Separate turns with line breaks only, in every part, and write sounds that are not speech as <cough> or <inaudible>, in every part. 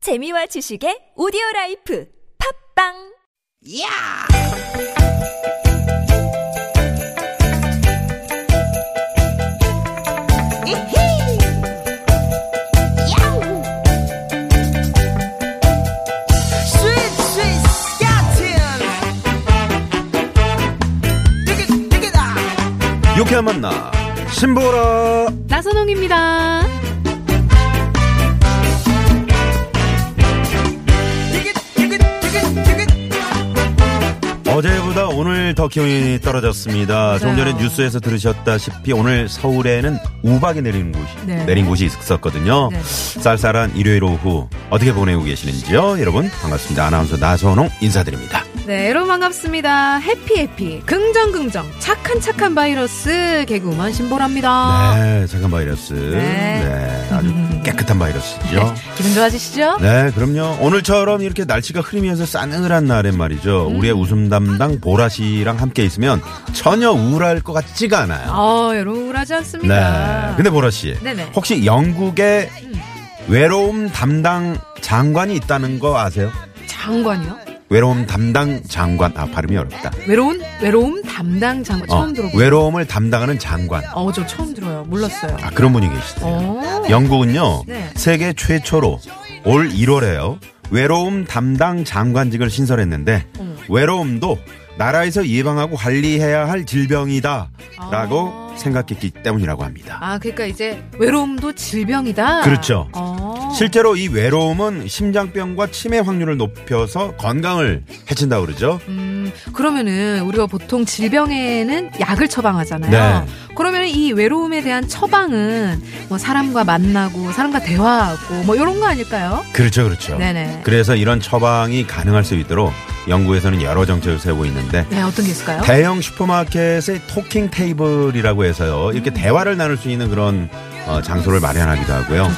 재미와 지식의 오디오 라이프 팝빵
야! 이히! 야우! 스윗 스윗 스카틴! 디귿 디귿아!
유쾌한 만나 신보라
나선홍입니다.
디귿 디귿 디귿 디귿
어제보다 오늘 더 기온이 떨어졌습니다. 조금 전에 뉴스에서 들으셨다시피 오늘 서울에는 우박이 내리는 곳이
네.
내린 곳이 있었거든요.
네.
쌀쌀한 일요일 오후 어떻게 보내고 계시는지요? 여러분 반갑습니다. 아나운서 나선홍 인사드립니다.
네, 여러분 반갑습니다. 해피 해피 긍정 긍정 착한 착한 바이러스 개그우먼 신보라입니다.
네, 잠깐 바이러스. 네, 아주 깨끗한 바이러스죠.
기분 좋아지시죠?
네, 그럼요. 오늘처럼 이렇게 날씨가 흐리면서 싸늘한 날엔 말이죠. 우리의 웃음 담당 보라 씨랑 함께 있으면 전혀 우울할 것 같지가 않아요.
아, 여러분 우울하지 않습니다.
네. 근데 보라 씨,
네네. 음.
혹시 영국에 외로움 담당 장관이 있다는 거 아세요?
장관이요?
외로움 담당 장관. 아 발음이 어렵다.
외로운 외로움 담당 장관 네, 처음 들어보요
외로움을 담당하는 장관.
어, 저 처음 들어요. 몰랐어요.
아 그런 분이 계시대요.
어.
영국은요
네.
세계 최초로 올 1월에요 외로움 담당 장관직을 신설했는데 외로움도 나라에서 예방하고 관리해야 할 질병이다라고
아.
생각했기 때문이라고 합니다.
아, 그러니까 이제 외로움도 질병이다.
그렇죠.
어.
실제로 이 외로움은 심장병과 치매 확률을 높여서 건강을 해친다고 그러죠.
음, 그러면은 우리가 보통 질병에는
네.
약을 처방하잖아요. 그러면 이 외로움에 대한 처방은 뭐 사람과 만나고 사람과 대화하고 뭐 이런 거 아닐까요?
그렇죠, 그렇죠.
네네.
그래서 이런 처방이 가능할 수 있도록 영국에서는 여러 정책을 세우고 있는데
네, 어떤 게 있을까요?
대형 슈퍼마켓의 토킹 테이블이라고 해서요. 이렇게
음.
대화를 나눌 수 있는 그런 어, 장소를 마련하기도 하고요.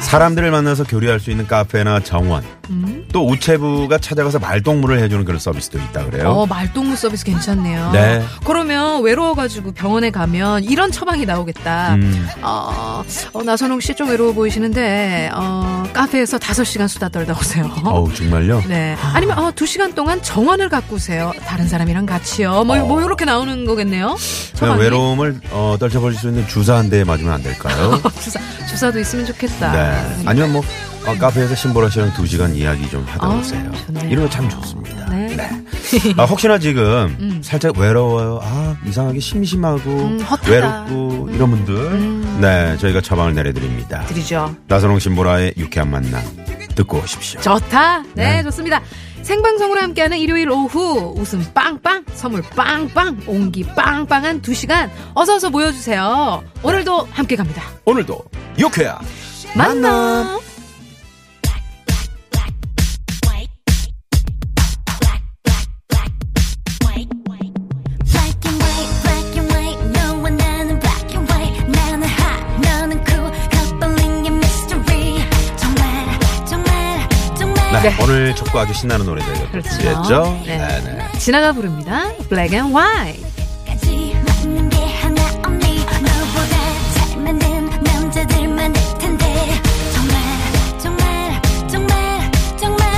사람들을 만나서 교류할 수 있는 카페나 정원,
음.
또 우체부가 찾아가서 말동무를 해주는 그런 서비스도 있다 그래요.
어, 말동무 서비스 괜찮네요.
네.
그러면 외로워가지고 병원에 가면 이런 처방이 나오겠다.
음.
어, 어, 나선홍 씨 좀 외로워 보이시는데, 어, 카페에서 다섯 시간 수다 떨다 오세요.
어우 정말요.
네. 아니면 어, 두 시간 동안 정원을 갖고 오세요. 다른 사람이랑 같이요. 뭐, 뭐 이렇게 나오는 거겠네요.
어. 그냥
처방이.
외로움을 어, 떨쳐버릴 수 있는 주사 한 대 맞으면 안
<laughs>
될까요?
주사 주사도 있으면 좋겠다.
네. 아니면 뭐 어, 카페에서 신보라 씨랑 두 시간 이야기 좀 하다
아,
오세요.
좋네요.
이런 거 참 좋습니다.
네. <laughs>
아, 혹시나 지금
음.
살짝 외로워요. 아 이상하게 심심하고
음, 헛하다.
외롭고 이런 분들,
음.
네 저희가 처방을 내려드립니다.
드리죠.
나선홍 신보라의 유쾌한 만남 듣고 오십시오.
좋다. 네,
네.
좋습니다. 생방송으로 함께하는 일요일 오후 웃음 빵빵, 선물 빵빵, 온기 빵빵한 두 시간 어서 어서 모여주세요. 오늘도 함께 갑니다.
오늘도 유쾌한
만나.
Black and white, black and white, 너와 나는 black and white, 나는 hot, 너는 cool, coupling 의 mystery. 정말, 정말, 정말.
네, 오늘 첫곡 아주 신나는 노래들
그렇죠.
준비했죠.
네.
네, 네.
지나가 부릅니다. Black and White.
까지 맞는 게 하나 없니 너보다 잘 맞는 남자들만 할 텐데 정말 정말 정말 정말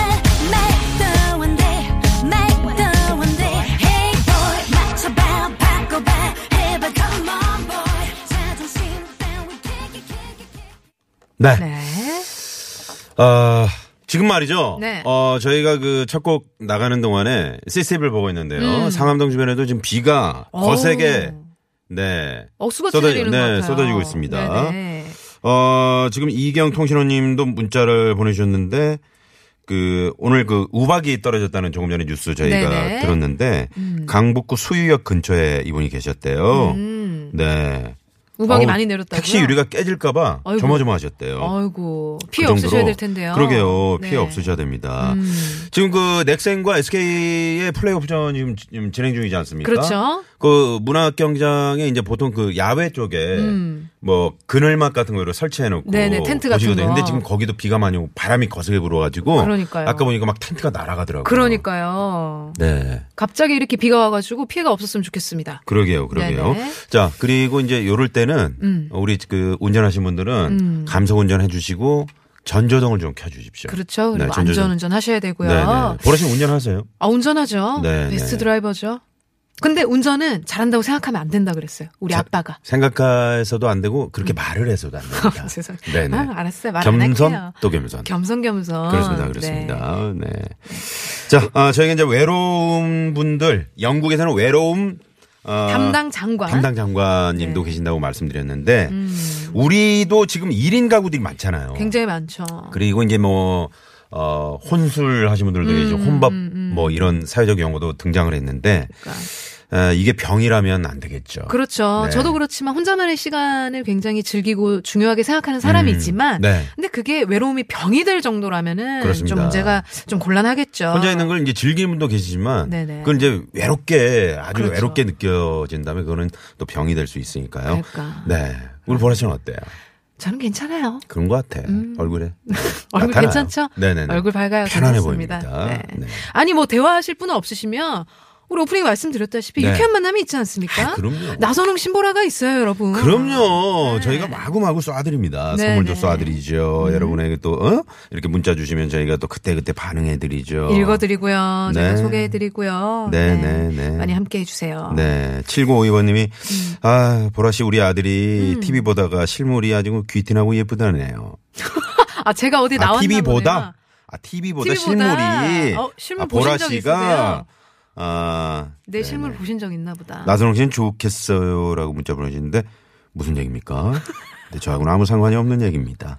말도 안돼 말도 안돼 Hey boy 맞춰봐 바꿔봐 해봐 Come on boy 자존심 따위 kick it kick it kick
네.
네.
어, 지금 말이죠.
아, 네.
어, 저희가 그 첫 곡 나가는 동안에 시스템을 보고 있는데요. 상암동 주변에도 지금 비가
음. 오.
거세게 네.
어, 수가
쏟아지-
찔리는
네,
것 같아요.
쏟아지고 있습니다.
네네.
어, 지금 이경 통신호님도 문자를 보내주셨는데 그 오늘 그 우박이 떨어졌다는 조금 전에 뉴스 저희가
네네.
들었는데 강북구 수유역 근처에 이분이 계셨대요.
음,
네.
우박이
어우,
많이 내렸다고요?
택시 유리가 깨질까봐
아이고.
조마조마하셨대요.
아이고 피해
그 정도로.
없으셔야 될 텐데요.
그러게요. 피해
네.
없으셔야 됩니다.
음.
지금 그 넥센과 SK의 플레이오프전 지금, 지금 진행 중이지 않습니까?
그렇죠.
그 문학경장에 이제 보통 그 야외 쪽에
음.
뭐 그늘막 같은 거로 설치해 놓고
네네, 텐트 같은 거.
근데 지금 거기도 비가 많이 오고 바람이 거세게 불어가지고
그러니까요. 그러니까.
아까 보니까 막 텐트가 날아가더라고요.
그러니까요.
네.
갑자기 이렇게 비가 와가지고 피해가 없었으면 좋겠습니다.
그러게요, 그러게요.
네네.
자, 그리고 이제 요럴 때는
음.
우리 그 운전하신 분들은 감속 운전 해주시고 전조등을 좀 켜주십시오. 네,
그렇죠. 그리고
전조등.
안전운전 하셔야 되고요.
네네. 보라 씨 운전하세요?
아 운전하죠.
네,
베스트
네.
드라이버죠. 근데 운전은 잘한다고 생각하면 안 된다 그랬어요. 우리
자-
아빠가.
생각해서도 안 되고 그렇게 말을 해서도 안
<laughs>
됩니다.
음. 죄송.
네네.
아, 알았어요. 말 안 할게요.
겸손 또 겸손.
겸손 겸손.
그렇습니다, 그렇습니다. 네. 자, 아, 저희가 이제 외로운 분들, 영국에서는 외로움 어,
담당 장관. 네. 음.
담당 장관님도 계신다고 말씀드렸는데 우리도 지금 1인 가구들이 많잖아요.
굉장히 많죠.
그리고 이제 뭐 어, 혼술 하신 분들도
음,
계시고 혼밥 뭐 이런 사회적 용어도 등장을 했는데
그러니까.
아, 이게 병이라면 안 되겠죠.
그렇죠.
네.
저도 그렇지만 혼자만의 시간을 굉장히 즐기고 중요하게 생각하는 사람이지만,
음, 네.
근데 그게 외로움이 병이 될 정도라면은
그렇습니다.
좀 문제가 좀 곤란하겠죠.
혼자 있는 걸 이제 즐기는 분도 계시지만
네네.
그걸 이제 외롭게 아주
그렇죠.
외롭게 느껴진다면 그거는 또 병이 될 수 있으니까요.
그러니까.
네. 우리 보라 씨는 어때요?
저는 괜찮아요.
그런 것 같아.
음. <laughs>
얼굴에.
얼굴
나타나요.
괜찮죠?
아, 네네네.
얼굴 밝아요.
편안해
괜찮습니다.
보입니다. 네.
아니 뭐 대화하실 분은 없으시면 우리 오프닝 말씀드렸다시피
네.
유쾌한 만남이 있지 않습니까?
아, 그럼요.
나선홍 신보라가 있어요, 여러분.
그럼요. 저희가 마구마구 쏴드립니다.
네,
선물도
네.
쏴드리죠. 여러분에게 또, 어? 이렇게 문자 주시면 저희가 또 그때그때 반응해드리죠.
읽어드리고요. 제가
네.
소개해드리고요.
네, 네, 네.
많이 함께 해주세요.
네. 7952번님이,
음.
아, 보라씨 우리 아들이 TV 보다가 실물이 아주 귀티나고 예쁘다네요.
아 제가 어디 나왔나
아, TV보다?
보네요.
아, TV보다,
TV보다.
실물이.
어, 실물
아,
보신
보라
적
씨가,
있으세요? 네.
아,
내 실물 보신 적 있나 보다.
나선홍 씨는 좋겠어요. 라고 문자 보내주는데, 무슨 얘기입니까? 네, 저하고는 아무 상관이 없는 얘기입니다.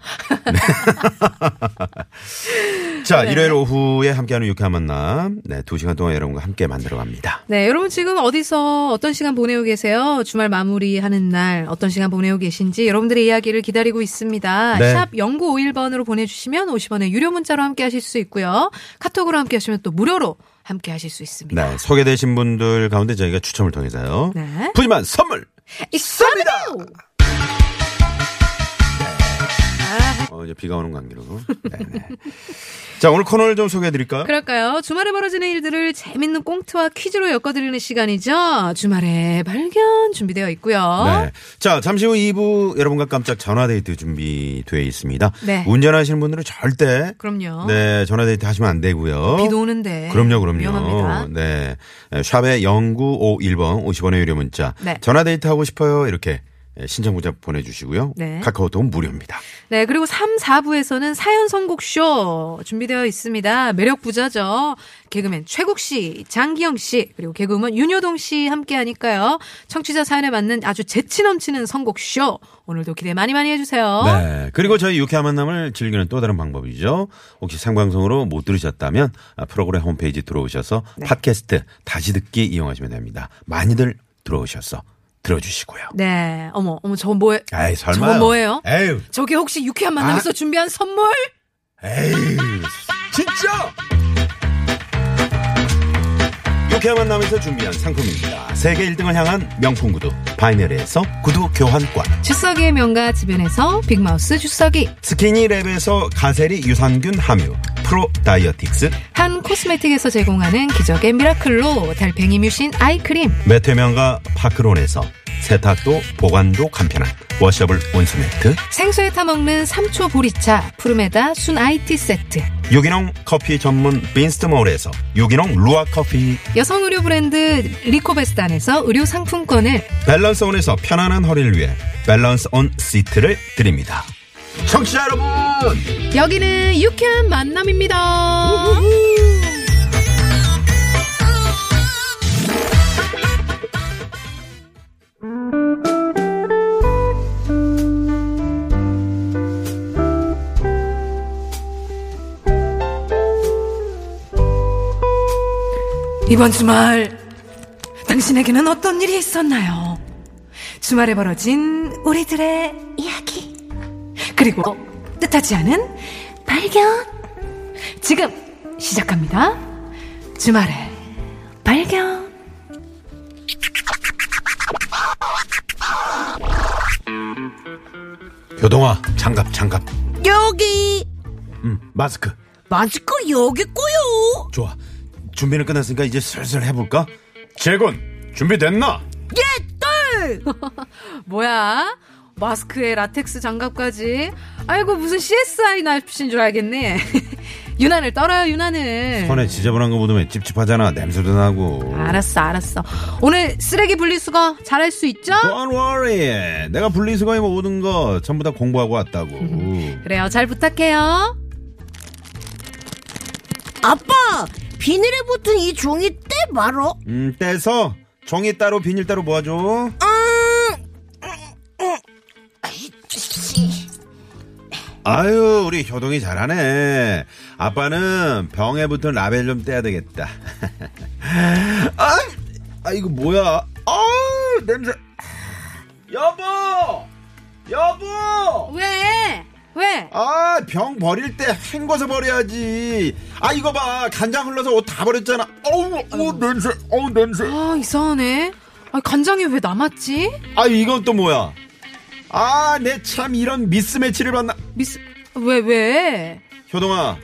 네. <laughs> 자, 일요일 오후에 함께하는 유쾌한 만남. 네, 두 시간 동안 여러분과 함께 만들어 갑니다.
네, 여러분 지금 어디서 어떤 시간 보내고 계세요? 주말 마무리하는 날 어떤 시간 보내고 계신지 여러분들의 이야기를 기다리고 있습니다.
네.
샵 0951번으로 보내주시면 50원의 유료 문자로 함께 하실 수 있고요. 카톡으로 함께 하시면 또 무료로 함께 하실 수 있습니다.
네, 소개되신 분들 가운데 저희가 추첨을 통해서요.
네.
푸짐한 선물!
있습니다!
어, 이제 비가 오는 관계로. 네네. 자, 오늘 코너를 좀 소개해 드릴까요?
그럴까요? 주말에 벌어지는 일들을 재밌는 꽁트와 퀴즈로 엮어드리는 시간이죠. 주말에 발견 준비되어 있고요.
네. 자, 잠시 후 2부 여러분과 깜짝 전화데이트 준비되어 있습니다.
네.
운전하시는 분들은 절대
그럼요.
네, 전화데이트 하시면 안 되고요.
비도 오는데
그럼요, 그럼요.
위험합니다.
네. 에, 샵에 0951번 50원의 유료 문자.
네.
전화데이트 하고 싶어요. 이렇게 에, 신청 문자 보내 주시고요.
네.
카카오톡은 무료입니다.
네, 그리고 3, 4부에서는 사연 선곡쇼 준비되어 있습니다. 매력 부자죠. 개그맨 최국 씨, 장기영 씨, 그리고 개그우먼 윤효동 씨 함께 하니까요. 청취자 사연에 맞는 아주 재치 넘치는 선곡쇼. 오늘도 기대 많이 많이 해주세요.
네. 그리고 저희 유쾌한 만남을 즐기는 또 다른 방법이죠. 혹시 생방송으로 못 들으셨다면 아, 프로그램 홈페이지 들어오셔서
네.
팟캐스트 다시 듣기 이용하시면 됩니다. 많이들 들어오셔서 들어주시고요.
네, 어머, 어머, 저거 뭐예요?
에이, 아. 설마.
저거 뭐예요?
에휴,
저게 혹시 유쾌한 만남에서 준비한 선물?
에휴. 진짜! 유쾌한 만남에서 준비한 상품입니다. 세계 1등을 향한 명품 구두, 바이네리에서 구두 교환권.
주석이의 명가 주변에서 빅마우스 주석이,
스키니랩에서 가세리 유산균 함유, 프로 다이어틱스,
한 코스메틱에서 제공하는 기적의 미라클로 달팽이 뮤신 아이크림,
매태면과 파크론에서 세탁도 보관도 간편한 워셔블 온수매트
생수에 타먹는 삼초 보리차 푸르메다 순 아이티 세트
유기농 커피 전문 빈스트몰에서 유기농 루아 커피
여성 의류 브랜드 리코베스탄에서 의류 상품권을
밸런스온에서 편안한 허리를 위해 밸런스온 시트를 드립니다 청취자 여러분
여기는 유쾌한 만남입니다 이번 주말 당신에게는 어떤 일이 있었나요? 주말에 벌어진 우리들의
이야기
그리고 뭐 뜻하지 않은
발견
지금 시작합니다. 주말에 발견.
교동아 장갑 장갑
여기
음, 마스크
마스크 여기 있고요
좋아 준비는 끝났으니까 이제 슬슬 해볼까 재군 준비됐나
예들
뭐야? 마스크에 라텍스 장갑까지. 아이고, 무슨 CSI 납신 줄 알겠네. <laughs> 유난을 떨어요, 유난을.
손에 지저분한 거 묻으면 찝찝하잖아. 냄새도 나고.
네. 알았어, 알았어. 오늘 쓰레기 분리수거 잘할 수 있죠?
Don't worry. 내가 분리수거에 모든 거 전부 다 공부하고 왔다고.
그래요, 잘 부탁해요.
아빠, 비늘에 붙은 이 종이 떼 말어.
음, 떼서 종이 따로 비닐 따로 모아줘. 아유, 우리 효동이 잘하네. 아빠는 병에 붙은 라벨 좀 떼야 되겠다. <laughs> 아, 아, 이거 뭐야? 아, 냄새. 여보! 여보!
왜? 왜?
아, 병 버릴 때 헹궈서 버려야지. 아, 이거 봐. 간장 흘러서 옷 다 버렸잖아. 어우, 어우, 냄새. 어우, 냄새.
아, 이상하네. 아, 간장이 왜 남았지?
아, 이건 또 뭐야? 아, 내 참 이런 미스매치를 봤나.
미스, 왜, 왜?
효동아.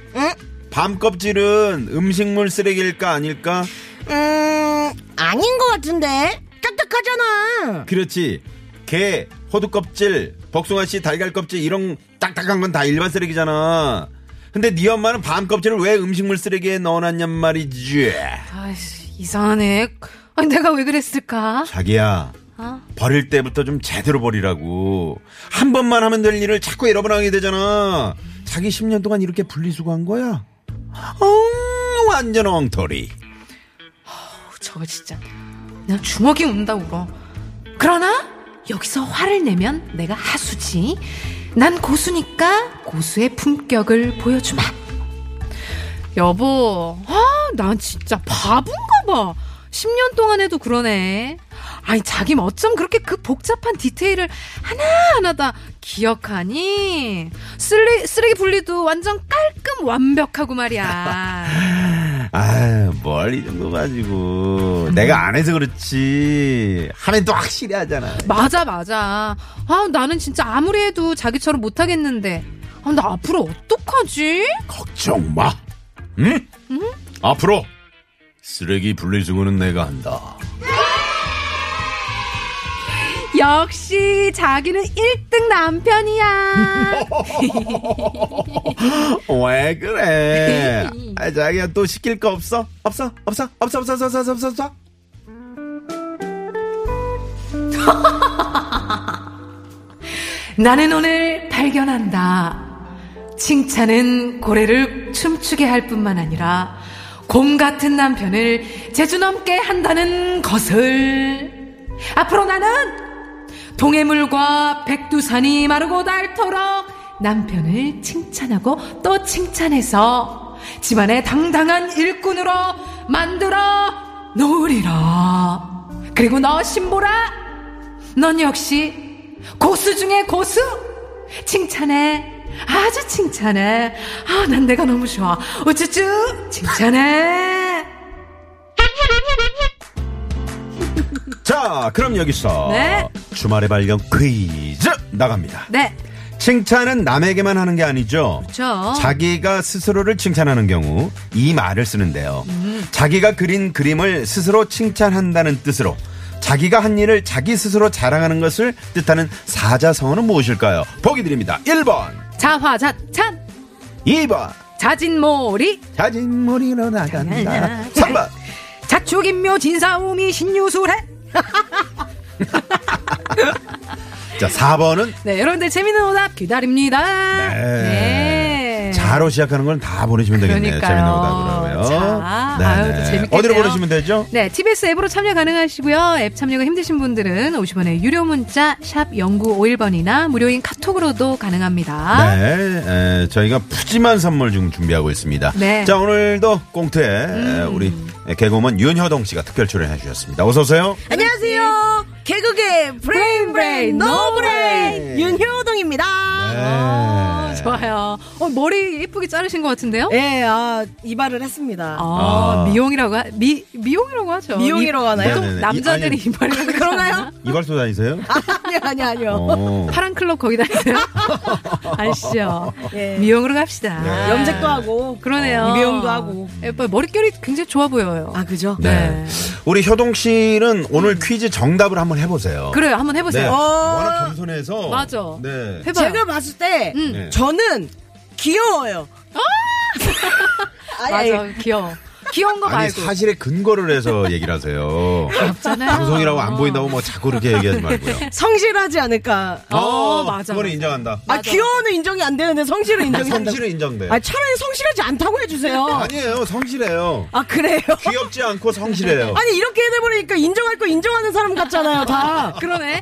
밤 껍질은 음식물 쓰레기일까 아닐까?
음, 아닌 것 같은데. 딱딱하잖아.
그렇지. 게, 호두 껍질, 복숭아 씨 달걀 껍질 이런 딱딱한 건 다 일반 쓰레기잖아. 근데 네 엄마는 밤 껍질을 왜 음식물 쓰레기에 넣어놨냔 말이지.
아이씨, 이상하네. 아니, 내가 왜 그랬을까?
자기야.
어?
버릴 때부터 좀 제대로 버리라고. 한 번만 하면 될 일을 자꾸 여러 번 하게 되잖아. 자기 10년 동안 이렇게 분리수거한 거야. 엉, 완전 엉터리.
저거 진짜 그냥 주먹이 운다 울어 그러나 여기서 화를 내면 내가 하수지 난 고수니까 고수의 품격을 보여주마 여보 아난 진짜 바본가 봐 10년 동안 해도 그러네 아니 자기 어쩜 그렇게 그 복잡한 디테일을 하나하나 다 기억하니 쓰레, 쓰레기 분리도 완전 깔끔 완벽하고 말이야
아유, 뭘이 정도 가지고. 내가 안 해서 그렇지. 하면 또 확실히 하잖아.
맞아 맞아 아 나는 진짜 아무리 해도 자기처럼 못하겠는데 아, 나 앞으로 어떡하지?
걱정 마. 응? 앞으로 쓰레기 분리수거는 내가 한다.
역시 자기는 1등 <laughs> 남편이야
왜 그래? 아, 자기야 또 시킬 거 없어? 없어? 없어? 없어? 없어? 없어? 없어? 없어? 없어?
나는 오늘 발견한다 칭찬은 고래를 춤추게 할 뿐만 아니라 곰 같은 남편을 재주 넘게 한다는 것을 앞으로 나는 동해물과 백두산이 마르고 닳도록 남편을 칭찬하고 또 칭찬해서 집안의 당당한 일꾼으로 만들어 놓으리라 그리고 너 신보라 넌 역시 고수 중에 고수 칭찬해 아주 칭찬해 아 난 내가 너무 좋아 우쭈쭈 칭찬해
자, 그럼 여기서
네.
주말의 발견 퀴즈 나갑니다.
네
칭찬은 남에게만 하는 게 아니죠.
그렇죠.
자기가 스스로를 칭찬하는 경우 이 말을 쓰는데요.
음.
자기가 그린 그림을 스스로 칭찬한다는 뜻으로 자기가 한 일을 자기 스스로 자랑하는 것을 뜻하는 사자성어는 무엇일까요? 보기 드립니다. 1번,
자화자찬
2번,
자진몰이
자진몰이로 나간다. 3번,
자축인묘 진사오미 신유술해
자, 4번은
네 여러분들 재밌는 오답 기다립니다
네. 자로 시작하는 건 다 보내시면 되겠네요.
그러니까요.
재밌는 오답으로요.
자, 아유, 또 재밌겠네요.
어디로 보내시면 되죠?
네, TBS 앱으로 참여 가능하시고요. 앱 참여가 힘드신 분들은 50원의 유료 문자 샵 0951번이나 무료인 카톡으로도 가능합니다.
네, 에, 저희가 푸짐한 선물 지금 준비하고 있습니다.
네. 음.
자, 오늘도 꽁트에 에, 우리 개그우먼 윤효동 씨가 특별 출연해 주셨습니다. 어서 오세요.
안녕하세요. 개그계 브레인 브레인 노브레인
네.
윤효동입니다.
아, 좋아요. 어, 머리 예쁘게 자르신 것 같은데요?
예, 아, 이발을 했습니다.
아,
아.
미용이라고 하, 미 미용이라고 하죠.
미용이라고 하나요? <laughs>
보통
네네네. 이-
남자들이 그렇죠.
아니,
이발이라고 그러나요?
이발소 다니세요?
아니요, 아니요, 아니요.
어.
파란 클럽
<laughs>
거기 다니세요? 아시죠?
예.
미용으로 갑시다.
네.
염색도 하고.
그러네요.
어, 미용도 하고.
예뻐요. 머릿결이 굉장히 좋아 보여요.
아, 그죠?
네. 우리 효동 씨는 오늘 퀴즈 정답을 한번 해보세요.
그래요. 한번
네.
해보세요. 어.
워낙 겸손해서.
맞아.
네.
해봐요.
제가 봤을 때
네.
저는 귀여워요. <laughs> 아니,
맞아. 귀여워. 귀여운 거
아니
말고.
사실에 근거를
<laughs>
해서 얘기를 하세요.
없잖아요.
방송이라고 안 보인다고 뭐 자꾸 그렇게 얘기하지 말고요.
성실하지 않을까.
어, 맞아.
그거는 인정한다.
아, 귀여워는 인정이 안 되는데 성실은 인정이 된다.
네, 성실은 인정돼.
아, 차라리 성실하지 않다고 해주세요.
아니에요. 성실해요.
아,
<laughs>
그래요?
귀엽지 않고 성실해요.
아니, 이렇게 해버리니까 인정할 거 인정하는 사람 같잖아요, 다.
그러네.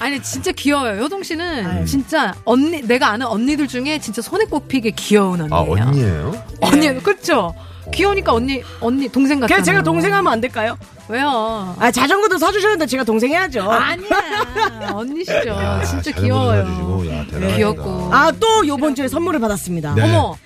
아니 진짜 귀여워요. 효동 씨는 진짜 언니 내가 아는 언니들 중에 진짜 손에 꼽히게 귀여운 언니예요.
아 언니예요? 어.
언니 그렇죠. 귀여우니까 언니 언니 동생 같아.
그냥 제가 동생 하면 안 될까요?
왜요?
아, 자전거도 사주셨는데 제가 동생 해야죠.
아, 아니야 언니시죠.
야,
진짜
자전거도
귀여워요.
사주시고, 야, 대단하다.
귀엽고.
아, 또 요번 주에 선물을 받았습니다.
네.
어머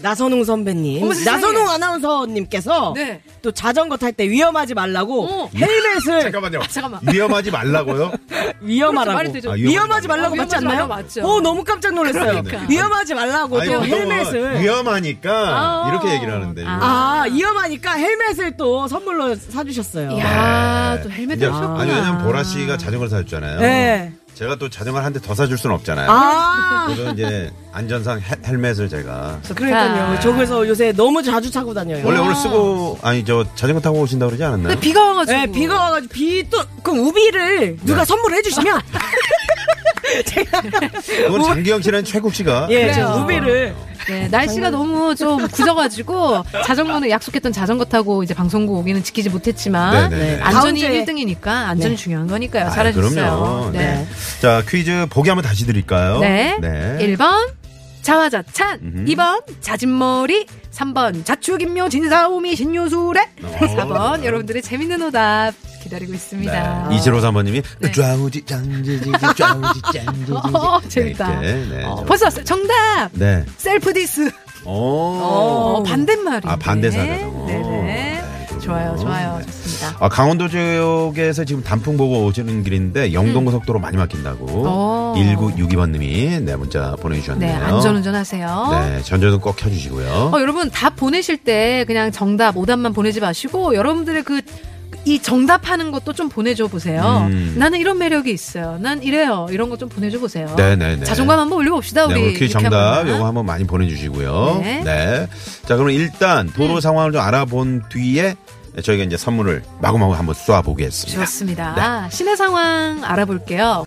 나선홍 선배님.
어머, 세상에.
나선홍 아나운서님께서
네.
또 자전거 탈 때 위험하지 말라고
어.
헬멧을
잠깐만요.
아, 잠깐만.
위험하지
<laughs>
말라고요?
말이
위험하라고.
되죠.
아,
위험하지 말라고
어,
맞지
위험하지
않나요?
말라고 맞죠.
어, 너무 깜짝 놀랐어요.
그러니까.
위험하지 말라고
아니,
또
보통은
헬멧을.
위험하니까
아.
이렇게 얘기를 하는데.
아.
아, 위험하니까 헬멧을 또 선물로 사주셨어요.
이야 아, 또
네. 이제,
헬멧을 하셨구나.
아니 왜냐면 보라 씨가 자전거를 사줬잖아요.
네.
제가 또 자전거를 한 대 더 사줄 수는 없잖아요.
<laughs>
아,
그래서 이제 안전상 헬- 헬멧을 제가
아.
그러니까요. 저 그래서 요새 너무 자주 타고 다녀요.
원래 오늘 쓰고 아니 저 자전거 타고 오신다 고 그러지 않았나요?
<laughs> 근데 비가 와가지고.
네, 비가 와가지고 비 또, 그럼 우비를 누가
네.
선물을 해주시면. 제가.
그건 장기영 씨랑 최국 씨가
예,
그래요.
우비를.
네, 날씨가 너무 좀 굳어가지고 자전거는 약속했던 자전거 타고 이제 방송국 오기는 지키지 못했지만
네네. 네.
다음
안전이
주에.
1등이니까 안전이 중요한 거니까요.
아,
잘하셨어요.
그럼요. 네. 자 퀴즈 보기 한번 다시 드릴까요?
네.
네.
1번 자화자찬,
음흠.
2번 자진머리, 3번 자축인묘 진사오미 신요술에,
어,
4번
네.
여러분들의 재밌는 오답 기다리고 있습니다.
네. 이지로 사모님이
네.
좌우지 짱지지 좌우지 짱지지
<laughs> 어, 재밌다.
네, 이렇게, 네,
어,
저-
벌써 왔어요. 정답!
네.
셀프 디스.
오.
어, 반대말이.
아, 반대사 자전거.
네네.
네, 그렇군요.
좋아요, 좋아요.
네.
좋습니다.
아, 강원도 지역에서 지금 단풍 보고 오시는 길인데
음.
영동고속도로 많이 막힌다고
어.
1962번님이 네 문자
네,
보내주셨네요.
안전운전 하세요.
네, 전조등 꼭 켜주시고요.
어, 여러분 답 보내실 때 그냥 정답 오답만 보내지 마시고 여러분들의 그 이 정답하는 것도 좀 보내줘 보세요.
음.
나는 이런 매력이 있어요. 난 이래요. 이런 거 좀 보내줘 보세요.
네네네.
어, 자존감 한번 올려봅시다 우리.
네, 오늘 퀴즈
이렇게
정답
한번.
요거 한번 많이 보내주시고요.
네.
자, 그럼 일단 도로 상황을 좀 알아본 뒤에 저희가 이제 선물을 마구마구 한번 쏴보겠습니다. 네.
좋습니다. 시내 상황 알아볼게요.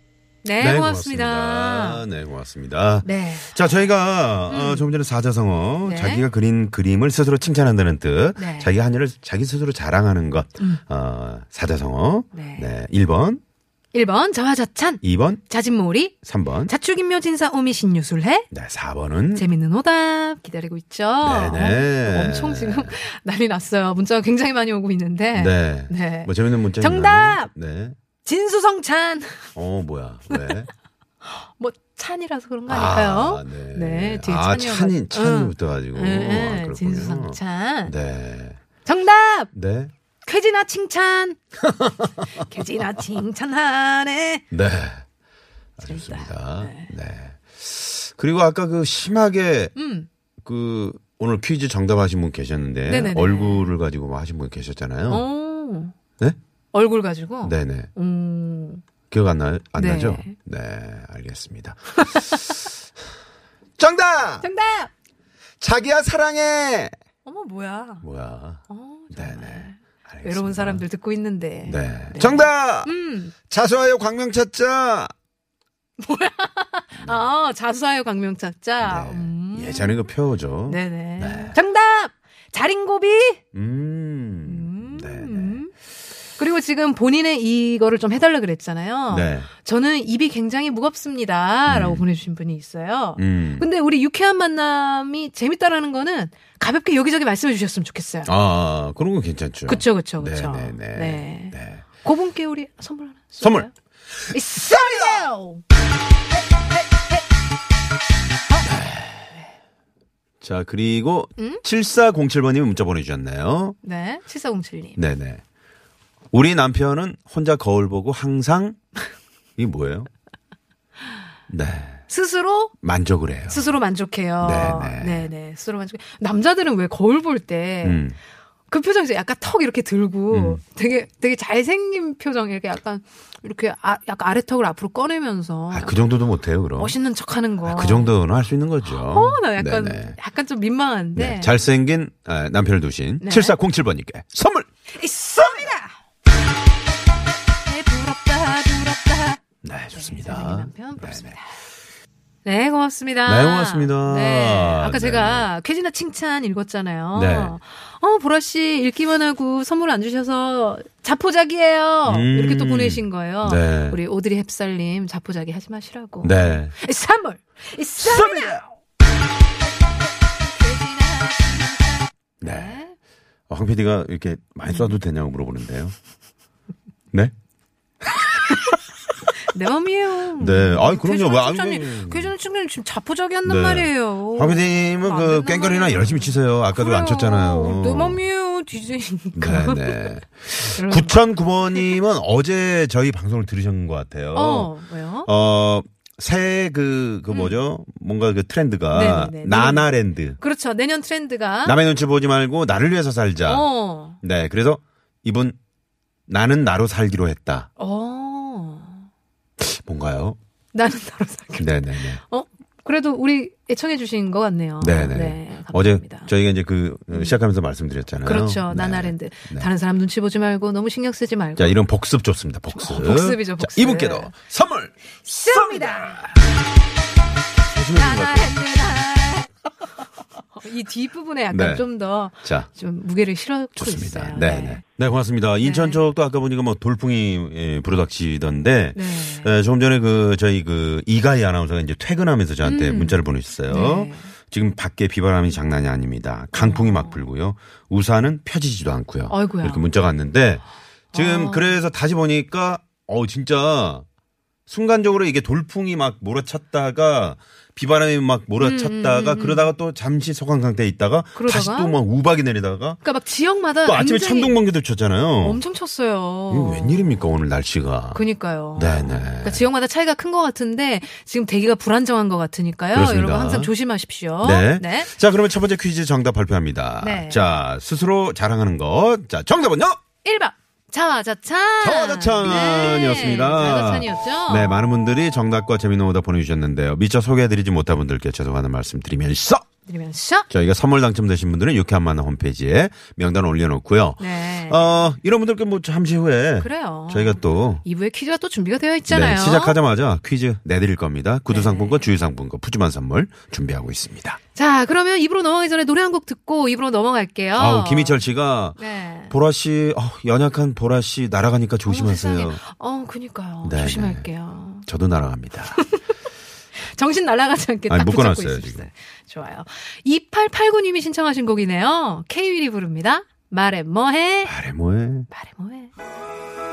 네, 고맙습니다.
고맙습니다. 네, 고맙습니다.
네.
자, 저희가 어, 조금 전에 사자성어
음. 네.
자기가 그린 그림을 스스로 칭찬한다는 뜻,
네. 음.
자기 한 일을 자기 스스로 자랑하는 것, 어, 사자성어
네.
네. 1번,
1번 자화자찬,
2번,
자진몰이,
3번,
자축인묘진사 오미신유술해,
네, 4번은
재밌는 오답 기다리고 있죠.
네네.
어, 엄청 지금 <laughs> 난리 났어요. 문자가 굉장히 많이 오고 있는데.
네.
네.
뭐 재밌는 문자
정답!
있나요? 네.
진수성찬.
어 뭐야 왜?
뭐 찬이라서 그런 거 아닐까요?
아, 네.
네, 뒤에
아,
찬이어가지고.
찬이 찬이
응.
붙어가지고. 아,
네,
그렇군요.
진수성찬.
네.
정답!
네.
쾌지나 칭찬. <laughs> 쾌지나 칭찬하네.
네. 아, 좋습니다. 네. 그리고 아까 그 심하게
음.
그 오늘 퀴즈 정답하신 분 계셨는데
네네네. 어.
얼굴을 가지고 뭐 하신 분 계셨잖아요.
오.
네?
얼굴 가지고.
네네.
음.
기억 안, 나, 안
네.
나죠? 네, 알겠습니다. <laughs> 정답!
정답!
자기야 사랑해!
어머, 뭐야.
뭐야.
어, 정말.
네네. 알겠습니다.
외로운 사람들 듣고 있는데.
네. 정답!
음.
자수하여 광명 찾자.
아, 자수하여 광명찾자.
네.
음.
예전에 그 표죠.
네네.
네.
정답! 자린고비!
음.
음.
네네.
그리고 지금 본인의 이거를 좀 해달라 그랬잖아요.
네.
저는 입이 굉장히 무겁습니다.
음.
라고 보내주신 분이 있어요.
음.
근데 우리 유쾌한 만남이 재밌다라는 거는 가볍게 여기저기 말씀해 주셨으면 좋겠어요.
아, 그런 건 괜찮죠.
그쵸, 그쵸, 그쵸.
네네네.
네.
네.
고분께 우리 선물 하나.
선물!
쏠까요? 있어요!
자, 그리고
음?
7407번님이 문자 보내주셨네요. 네.
네. 7407님.
네네. 우리 남편은 혼자 거울 보고 항상 이게 뭐예요? 네.
스스로
만족을 해요.
스스로 만족해요.
네, 네.
네네. 스스로 만족해. 남자들은 왜 거울 볼 때 그
음.
표정이 약간 턱 이렇게 들고 되게 되게 잘생긴 표정 이렇게 약간 이렇게 아, 약간 아래 턱을 앞으로 꺼내면서
아, 그 정도도 못해요, 그럼.
멋있는 척하는 거.
아, 그 정도는 할 수 있는 거죠.
어, 나 약간
네네.
약간 좀 민망한데.
네, 잘생긴 아, 남편을 두신
네.
7407번님께 선물!
있습니다. 네, 부럽다, 부럽다.
네,
선생님
좋습니다.
남편 부럽습니다.
네,
네, 고맙습니다.
네, 고맙습니다.
네, 아까
네,
제가 쾌지나 칭찬 읽었잖아요.
네.
어, 보라 씨 읽기만 하고 선물 안 주셔서 자포자기예요.
음.
이렇게 또 보내신 거예요.
네.
우리 오드리 햅살님 자포자기 하지 마시라고.
네.
선물 있습니다.
네. 어, 황 PD가 이렇게 많이
네.
쏴도 되냐고 물어보는데요. 네?
내 맘이에요.
네. 아이, 그럼요. 왜 안-
쾌지나 칭찬이 지금 자포자기 한단
네.
말이에요.
황 PD님은
안
그
된단
깽거리나
어, 말이에요.
열심히 치세요. 아까도 안 쳤잖아요.
내 맘이에요, DJ니까.
네, 네.
<laughs>
9009번님은 어제 저희 방송을 들으신 것 같아요.
어, 왜요?
어, 새 그, 그 뭐죠? 뭔가 그 트렌드가
네네네.
나나랜드.
그렇죠. 내년 트렌드가.
남의 눈치 보지 말고 나를 위해서 살자.
어.
네, 그래서 이분 나는 나로 살기로 했다.
어.
뭔가요?
나는 나로 살기.
네네네.
어? 그래도 우리 애청해 주신 것 같네요.
네네.
네,
어제
감사합니다.
저희가 이제 그 어, 시작하면서 말씀드렸잖아요.
그렇죠.
네.
나나랜드.
네.
다른 사람 눈치 보지 말고 너무 신경 쓰지 말고.
자, 이런 복습 좋습니다. 복습.
어, 복습이죠,
자,
복습.
이분께도 선물
쏩니다.
주시면 될것 같아요.
<laughs> 이 뒷부분에 약간
네.
좀 더 좀
자,
무게를 실어고
좋습니다.
있어요.
네, 네. 네, 고맙습니다. 인천 쪽도 아까 보니까 뭐 돌풍이 예, 부르닥치던데
네.
예, 조금 전에 그 저희 그 이가희 아나운서가 이제 퇴근하면서 저한테 문자를 보내주셨어요.
음. 네.
지금 밖에 비바람이 장난이 아닙니다. 강풍이 막 불고요. 우산은 펴지지도 않고요.
아이고야.
이렇게 문자가 왔는데 지금
아.
그래서 다시 보니까 어 진짜 순간적으로 이게 돌풍이 막 몰아쳤다가 비바람이 막
음,
몰아쳤다가 그러다가 또 잠시 소강 상태에 있다가 다시
그러다가?
또 막 우박이 내리다가
그러니까 막 지역마다
또 아침에
굉장히
천둥 번개도 쳤잖아요.
엄청 쳤어요.
이거 웬일입니까 오늘 날씨가.
그니까요.
네네.
그러니까 지역마다 차이가 큰 것 같은데 지금 대기가 불안정한 것 같으니까요.
그렇습니다.
여러분 항상 조심하십시오.
네. 자, 그러면 첫 번째 퀴즈 정답 발표합니다.
네.
자, 스스로 자랑하는 것. 자, 정답은요?
1번 자자찬.
자화자찬이었습니다.
네. 자자찬이었죠.
네, 많은 분들이 정답과 재미있는 오답 보내주셨는데요. 미처 소개해드리지 못한 분들께 죄송하다는 말씀 드리면서
드리면서
저희가 선물 당첨되신 분들은 유쾌한 만화 홈페이지에 명단 올려놓고요.
네.
어, 이런 분들께 뭐 잠시 후에
그래요.
저희가 또
2부의 퀴즈가 또 준비가 되어 있잖아요. 네.
네, 시작하자마자 퀴즈 내드릴 겁니다. 구두 상품권, 주유 상품권, 푸짐한 선물 준비하고 있습니다.
자, 그러면 입으로 넘어가기 전에 노래 한 곡 듣고 입으로 넘어갈게요.
아우, 김희철 씨가
네.
보라 씨, 어, 연약한 보라 씨 날아가니까 조심하세요.
세상에. 어, 그니까요.
네,
조심할게요.
저도 날아갑니다. <laughs>
정신 날아가지 않게
아니,
딱 붙잡고
묶어놨어요,
있어요.
지금.
좋아요. 2889님이 신청하신 곡이네요. 케이윌이 부릅니다. 말해 뭐해?
말해 뭐해?
말해 뭐해?